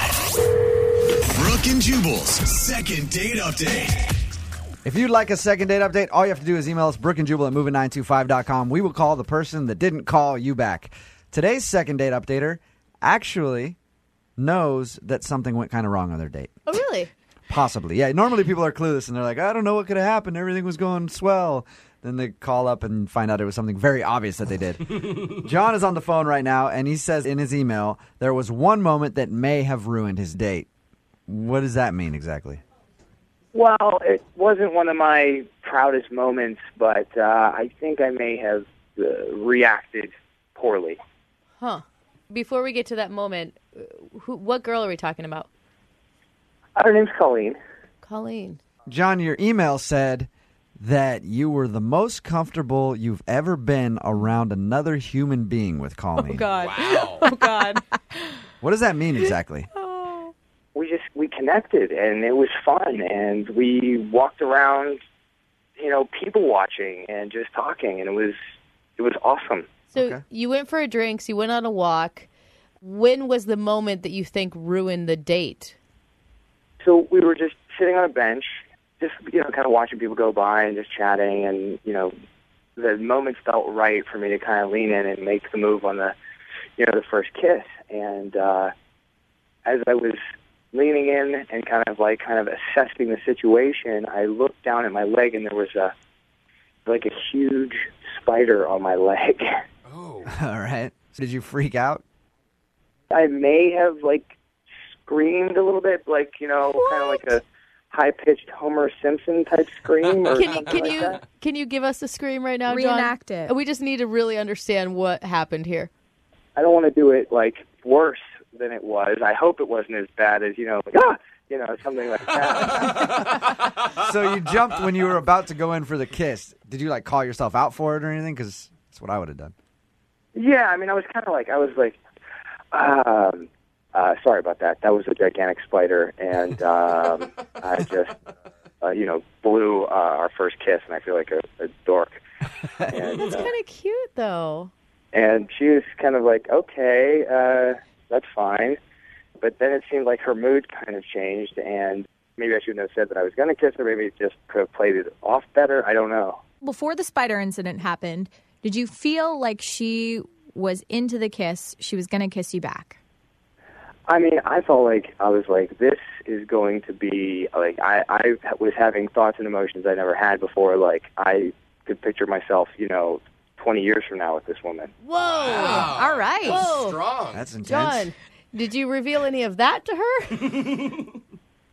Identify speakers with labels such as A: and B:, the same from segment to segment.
A: 102.5. Brooke and Jubal's second date update.
B: If you'd like a second date update, all you have to do is email us, brookandjubal at moving925.com. We will call the person that didn't call you back. Today's second date updater actually knows that something went kind of wrong on their date.
C: Oh, really?
B: Possibly. Yeah, normally people are clueless and they're like, I don't know what could have happened. Everything was going swell. Then they call up and find out it was something very obvious that they did. John is on the phone right now and he says in his email, there was one moment that may have ruined his date. What does that mean exactly?
D: Well, it wasn't one of my proudest moments, but uh, I think I may have uh, reacted poorly.
C: Huh. Before we get to that moment, uh, who, what girl are we talking about?
D: Uh, Her name's Colleen.
C: Colleen.
B: John, your email said that you were the most comfortable you've ever been around another human being with Colleen.
C: Oh God!
E: Wow.
C: Oh God!
B: What does that mean exactly?
C: Oh.
D: we just we connected and it was fun and we walked around you know people watching and just talking and it was it was awesome
C: So
B: Okay.
C: you went for a drinks. You went on a walk. When was the moment that you think ruined the date?
D: so we were just sitting on a bench just you know kind of watching people go by and just chatting and you know the moment felt right for me to kind of lean in and make the move on the you know the first kiss and uh as i was leaning in and kind of like kind of assessing the situation i looked down at my leg and there was a like a huge spider on my leg
E: Oh.
B: All right. So did you freak out?
D: I may have like screamed a little bit, like you know, kind of like a high pitched Homer Simpson type scream. Or
C: Can you
D: something
C: can
D: like
C: you
D: That.
C: can you give us a scream right now,
F: Reenact
C: John?
F: it.
C: We just need to really understand what happened here.
D: I don't want to do it like worse than it was. I hope it wasn't as bad as you know, like, ah, you know, something like that.
B: So you jumped when you were about to go in for the kiss. Did you like call yourself out for it or anything? Because that's what I would have done.
D: yeah, I mean, I was kind of like, I was like, um, uh, sorry about that. That was a gigantic spider, and um, I just. Uh, you know, blew uh, our first kiss, and I feel like a, a dork. And,
C: That's
D: uh,
C: kind of cute, though.
D: And she was kind of like, okay, uh, that's fine. But then it seemed like her mood kind of changed, and maybe I shouldn't have said that I was going to kiss her. Maybe just could have played it off better. I don't know.
F: Before the spider incident happened, did you feel like she was into the kiss? She was going to kiss you back.
D: I mean, I felt like I was like, this is going to be like I, I was having thoughts and emotions I never had before. Like I could picture myself, you know, 20 years from now with this woman.
C: Whoa!
F: All right.
C: Whoa.
E: Strong.
B: That's intense.
C: John, did you reveal any of that to her?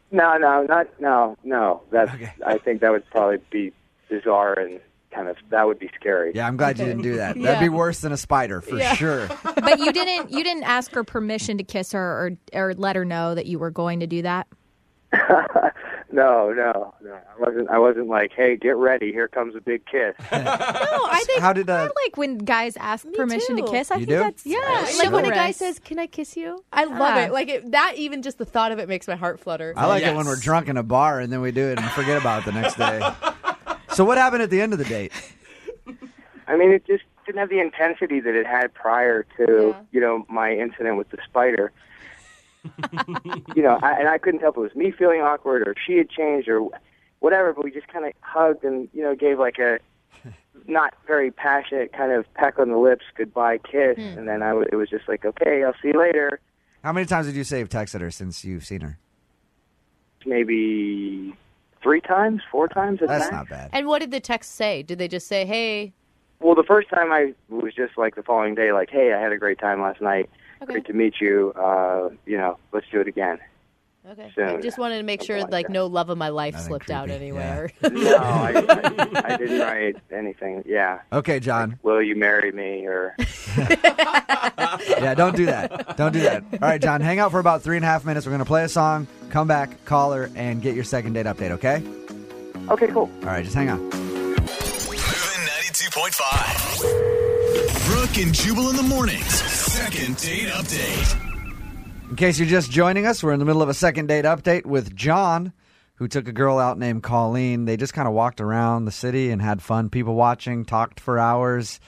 D: No, no, not no, no. That's
B: Okay.
D: I think that would probably be bizarre and kind of that would be scary.
B: Yeah, I'm glad you didn't do that.
C: Yeah.
B: That'd be worse than a spider for
C: Yeah.
B: sure.
F: But you didn't you didn't ask her permission to kiss her or or let her know that you were going to do that?
D: No, no, no. I wasn't. I wasn't like, hey, get ready. Here comes a big kiss.
C: No, I think
B: How did
F: I
B: uh,
F: like when guys ask permission
C: too.
F: to kiss. I
B: You
F: think
B: do?
F: that's
C: Yeah,
F: that's
C: like when a
F: chivalrous.
C: guy says, "Can I kiss you?" Ah. I love
F: Yeah.
C: it. Like it, that, even just the thought of it makes my heart flutter.
B: I like it
E: Yes.
B: when we're drunk in a bar and then we do it and forget about it the next day. So what happened at the end of the date?
D: I mean, it just didn't have the intensity that it had prior to,
C: Yeah.
D: you know, my incident with the spider. you know, I, and I couldn't tell if it was me feeling awkward or she had changed or whatever. But we just kind of hugged and, you know, gave like a not very passionate kind of peck on the lips, goodbye kiss, and then I w- it was just like, okay, I'll see you later.
B: How many times did you say you've texted her since you've seen her?
D: Maybe three times, four times at
B: That's
D: max.
B: not bad.
C: And what did the text say? Did they just say, "Hey"?
D: Well, the first time I was just like the following day, like, hey, I had a great time last night.
C: Okay.
D: Great to meet you. Uh, you know, let's do it again.
C: Okay.
D: So,
C: I just wanted to make sure,
D: something like that.
C: like, no love of my life
B: Nothing
C: slipped out
B: creepy,
C: anywhere.
D: No, I, I, I didn't write anything. Yeah.
B: Okay, John.
D: Will you marry me? Or
B: Yeah, don't do that. Don't do that. All right, John, hang out for about three and a half minutes. We're going to play a song, come back, call her, and get your second date update, okay?
D: okay, cool.
B: All right, just hang on.
A: Moving 92.5. Brooke and Jubal in the mornings. Second date update.
B: In case you're just joining us, we're in the middle of a second date update with John, who took a girl out named Colleen. They just kind of walked around the city and had fun, people watching, talked for hours.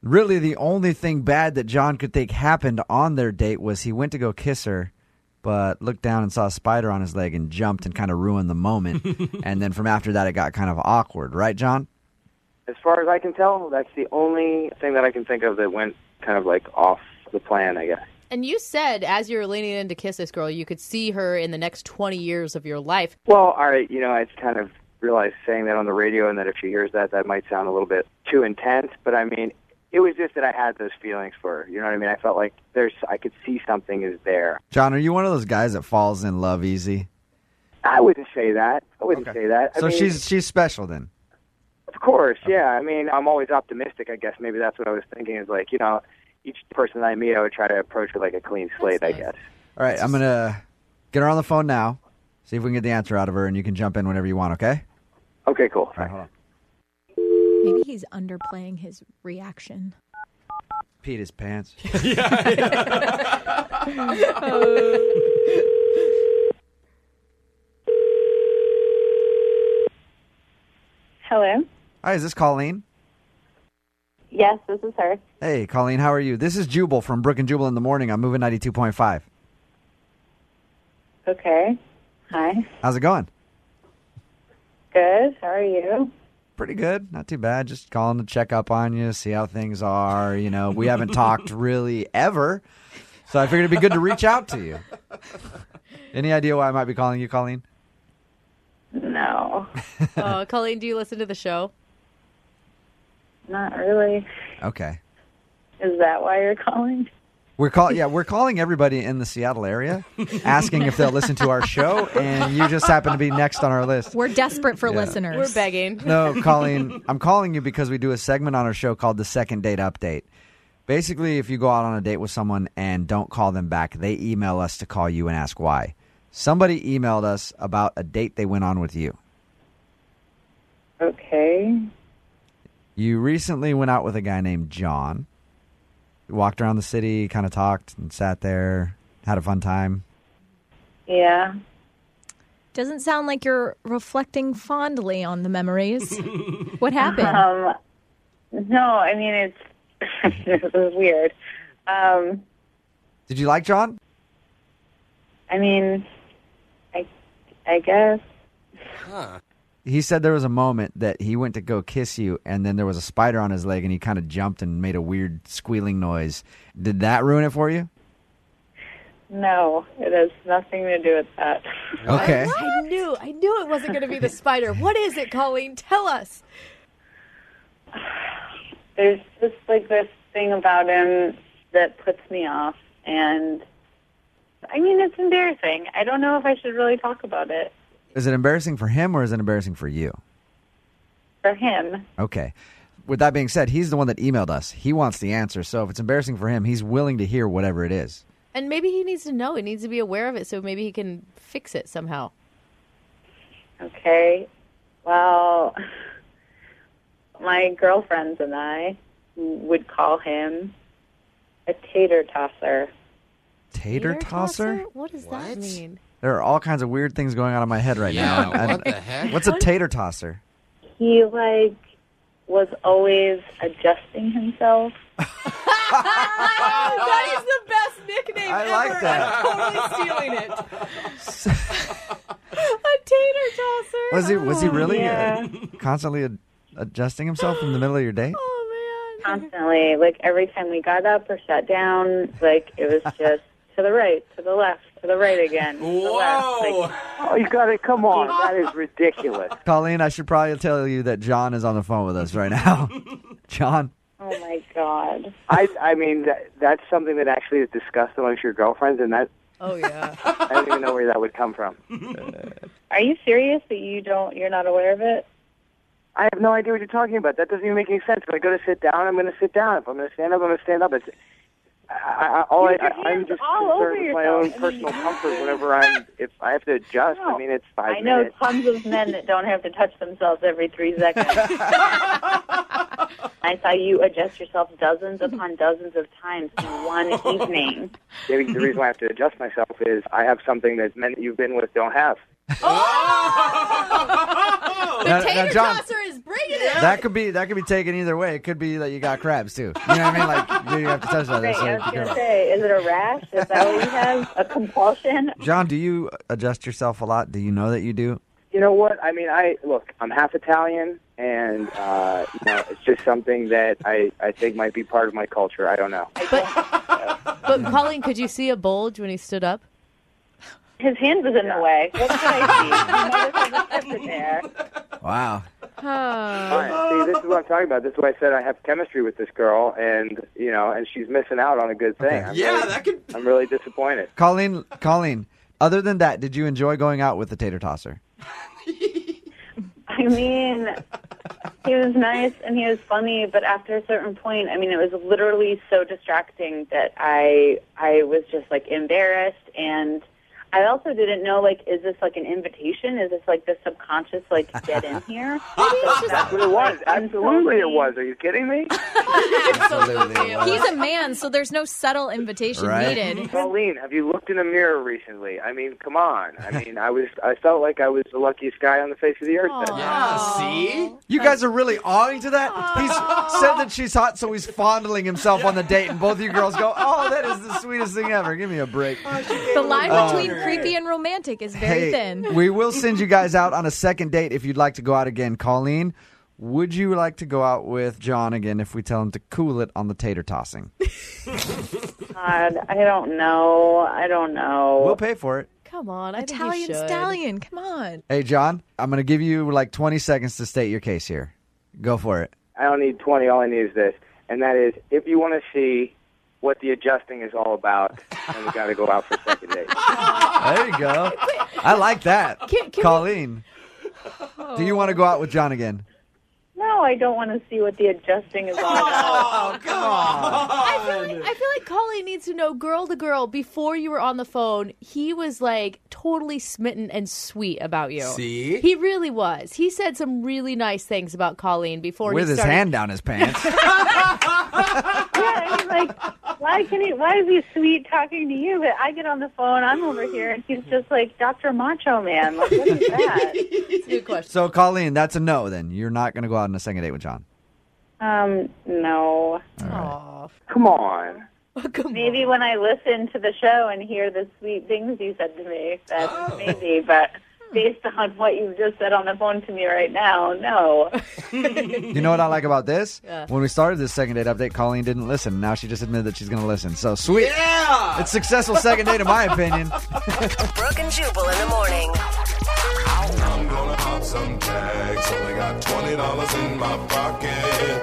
B: Really, the only thing bad that John could think happened on their date was he went to go kiss her but looked down and saw a spider on his leg and jumped and kind of ruined the moment. and then from after that, it got kind of awkward, right, John?
D: As far as I can tell, that's the only thing that I can think of that went kind of like off the plan, I guess.
C: And you said as you were leaning in to kiss this girl, you could see her in the next 20 years of your life.
D: Well, all right, you know, I kind of realized saying that on the radio and that if she hears that, that might sound a little bit too intense, but I mean, it was just that I had those feelings for her. You know what I mean? I felt like there's, I could see something is there.
B: John, are you one of those guys that falls in love easy?
D: I wouldn't say that. I wouldn't say that. I
B: so
D: mean,
B: she's she's special then.
D: Of course, yeah. I mean, I'm always optimistic. I guess maybe that's what I was thinking. Is like, you know, each person I meet, I would try to approach with like a clean slate. I guess.
B: All right, I'm gonna get her on the phone now. See if we can get the answer out of her, and you can jump in whenever you want. Okay?
D: Okay, cool.
B: All right, hold on.
F: Maybe he's underplaying his reaction.
B: Pete his pants.
E: Hello.
B: Hi, is this Colleen?
E: Yes, this is her.
B: Hey, Colleen, how are you? This is Jubal from Brook and Jubal in the morning. I'm moving 92.5.
E: Okay. Hi.
B: How's it going?
E: Good. How are you?
B: Pretty good, not too bad. Just calling to check up on you, see how things are. You know, we haven't talked really ever, so I figured it'd be good to reach out to you. Any idea why I might be calling you, Colleen?
E: No,
C: Uh, Colleen, do you listen to the show?
E: not really.
B: Okay,
E: Is that why you're calling?
B: we're call yeah we're calling everybody in the Seattle area, asking if they'll listen to our show, and you just happen to be next on our list.
F: We're desperate for listeners.
C: We're begging.
B: No, Colleen, I'm calling you because we do a segment on our show called the Second Date Update. Basically, if you go out on a date with someone and don't call them back, they email us to call you and ask why. Somebody emailed us about a date they went on with you.
E: Okay.
B: You recently went out with a guy named John. Walked around the city, kind of talked and sat there, had a fun time.
E: Yeah.
F: Doesn't sound like you're reflecting fondly on the memories. what happened?
E: Um. No, I mean it's this is weird. Um.
B: Did you like John?
E: I mean, I I guess.
B: He said there was a moment that he went to go kiss you, and then there was a spider on his leg, and he kind of jumped and made a weird squealing noise. Did that ruin it for you?
E: No, it has nothing to do with that.
B: Okay.
C: I knew, I knew it wasn't going to be the spider. What is it, Colleen? Tell us.
E: There's just like this thing about him that puts me off, and I mean it's embarrassing. I don't know if I should really talk about it
B: Is it embarrassing for him or is it embarrassing for you?
E: for him.
B: Okay. With that being said, he's the one that emailed us. He wants the answer. So if it's embarrassing for him, he's willing to hear whatever it is.
C: And maybe he needs to know. He needs to be aware of it so maybe he can fix it somehow.
E: Okay. Well, my girlfriends and I would call him a tater tosser.
B: Tater,
C: Ear
B: tosser?
C: What does that
G: What?
C: mean?
B: There are all kinds of weird things going on in my head right now.
G: Yeah,
B: I-
G: what the heck?
B: What's a tater tosser?
E: He like was always adjusting himself.
C: Oh, that is the best nickname
B: I
C: ever.
B: like that.
C: I'm totally stealing it. a tater tosser.
B: Was he was he really
E: Yeah.
B: uh, constantly ad- adjusting himself in the middle of your date?
C: Oh man.
E: Mm-hmm. Constantly, like every time we got up or sat down, like it was just to the right, to the left, to the right again. to the left. Like,
G: Whoa!
D: Oh, you got to come on. That is ridiculous.
B: Colleen, I should probably tell you that John is on the phone with us right now. John,
E: oh my god.
D: I, I mean, that, that's something that actually is discussed amongst your girlfriends, and that
C: Oh yeah.
D: I don't even know where that would come from.
E: Are you serious that you don't? You're not aware of it?
D: I have no idea what you're talking about. That doesn't even make any sense. If I go to sit down, I'm going to sit down. If I'm going to stand up, I'm going to stand up. It's I, I, all I,
E: Use your
D: I, I'm
E: hands
D: just
E: all over
D: concerned with my own
E: yourself. I mean,
D: personal comfort. Whenever I'm, if I have to adjust, I mean, it's five
E: I know
D: minutes.
E: tons of men that don't have to touch themselves every three seconds. I saw you adjust yourself dozens upon dozens of times in one evening.
D: Maybe the reason why I have to adjust myself is I have something that men that you've been with don't have.
C: The
B: Now- now,
C: tater
B: John-
C: tosser is negative.
B: That could be that could be taken either way. It could be that you got crabs too. You know what I mean? Like you have to touch that.
E: Right,
B: so
E: I
B: be
E: was gonna
B: careful.
E: say, is it a rash? Is that what we have? A compulsion?
B: John, do you adjust yourself a lot? Do you know that you do?
D: You know what? I mean, I look. I'm half Italian, and uh, you know, it's just something that I I think might be part of my culture. I don't know.
C: But Colleen, could you see a bulge when he stood up?
E: His hand was in the way. What could I see? You know, this is a there.
B: Wow.
D: All right. See, this is what I'm talking about. This is why I said I have chemistry with this girl, and you know, and she's missing out on a good thing. I'm
G: Yeah,
D: really-
G: that could.
D: I'm really disappointed.
B: Colleen, Colleen. Other than that, did you enjoy going out with the tater tosser?
E: I mean, he was nice and he was funny, but after a certain point, I mean, it was literally so distracting that I I was just like embarrassed, and I also didn't know like, is this like an invitation? Is this like the subconscious like get in here?
D: That's what it was. Absolutely, it was. Are you kidding me?
F: He's a man, so there's no subtle invitation
B: Right.
F: needed.
D: Colleen, have you looked in the mirror recently? I mean, come on. I mean, I was I felt like I was the luckiest guy on the face of the earth. that day.
G: Yeah, see?
B: You guys are really awing to that. He's said that she's hot, so he's fondling himself on the date, and both you girls go, "Oh, that is the sweetest thing ever." Give me a break.
F: The line between creepy and romantic is very thin.
B: we will send you guys out on a second date if you'd like to go out again. Colleen, would you like to go out with John again if we tell him to cool it on the tater tossing?
E: God, I don't know. I don't know.
B: We'll pay for it.
C: Come on, I think you
F: Italian
C: should.
F: stallion, come on.
B: Hey, John, I'm going to give you like 20 seconds to state your case here. Go for it.
D: I don't need 20. All I need is this, and that is if you want to see what the adjusting is all about, then we got to go out for a second date.
B: There you go. I like that.
C: Can- can
B: Colleen, do you want to go out with John again?
E: No, I don't want to see what the adjusting is all about.
G: Oh, come on.
C: I feel, like, I feel like Colleen needs to know girl to girl before you were on the phone. He was like totally smitten and sweet about you.
G: See?
C: He really was. He said some really nice things about Colleen before
B: With
C: he
B: his
C: started.
B: hand down his pants.
E: Yeah, I mean, like, why can he? Why is he sweet talking to you? But I get on the phone, I'm over here, and he's just like Dr. Macho Man. Like, what is that?
C: That's a good question.
B: so, Colleen, that's a no then. You're not going to go out on a second date with John.
E: Um, no.
C: Aw.
D: Come on.
C: Come on.
E: Maybe when I listen to the show and hear the sweet things you said to me, then maybe. But based on what you've just said on the phone to me right now, no.
B: You know what I like about this? When we started this second date update, Colleen didn't listen. Now she just admitted that she's going to listen. So sweet.
G: Yeah.
B: It's successful second date, in my opinion.
H: Brooke and Jubal in the morning.
I: I'm gonna pop some tags. Only got twenty dollars in my pocket.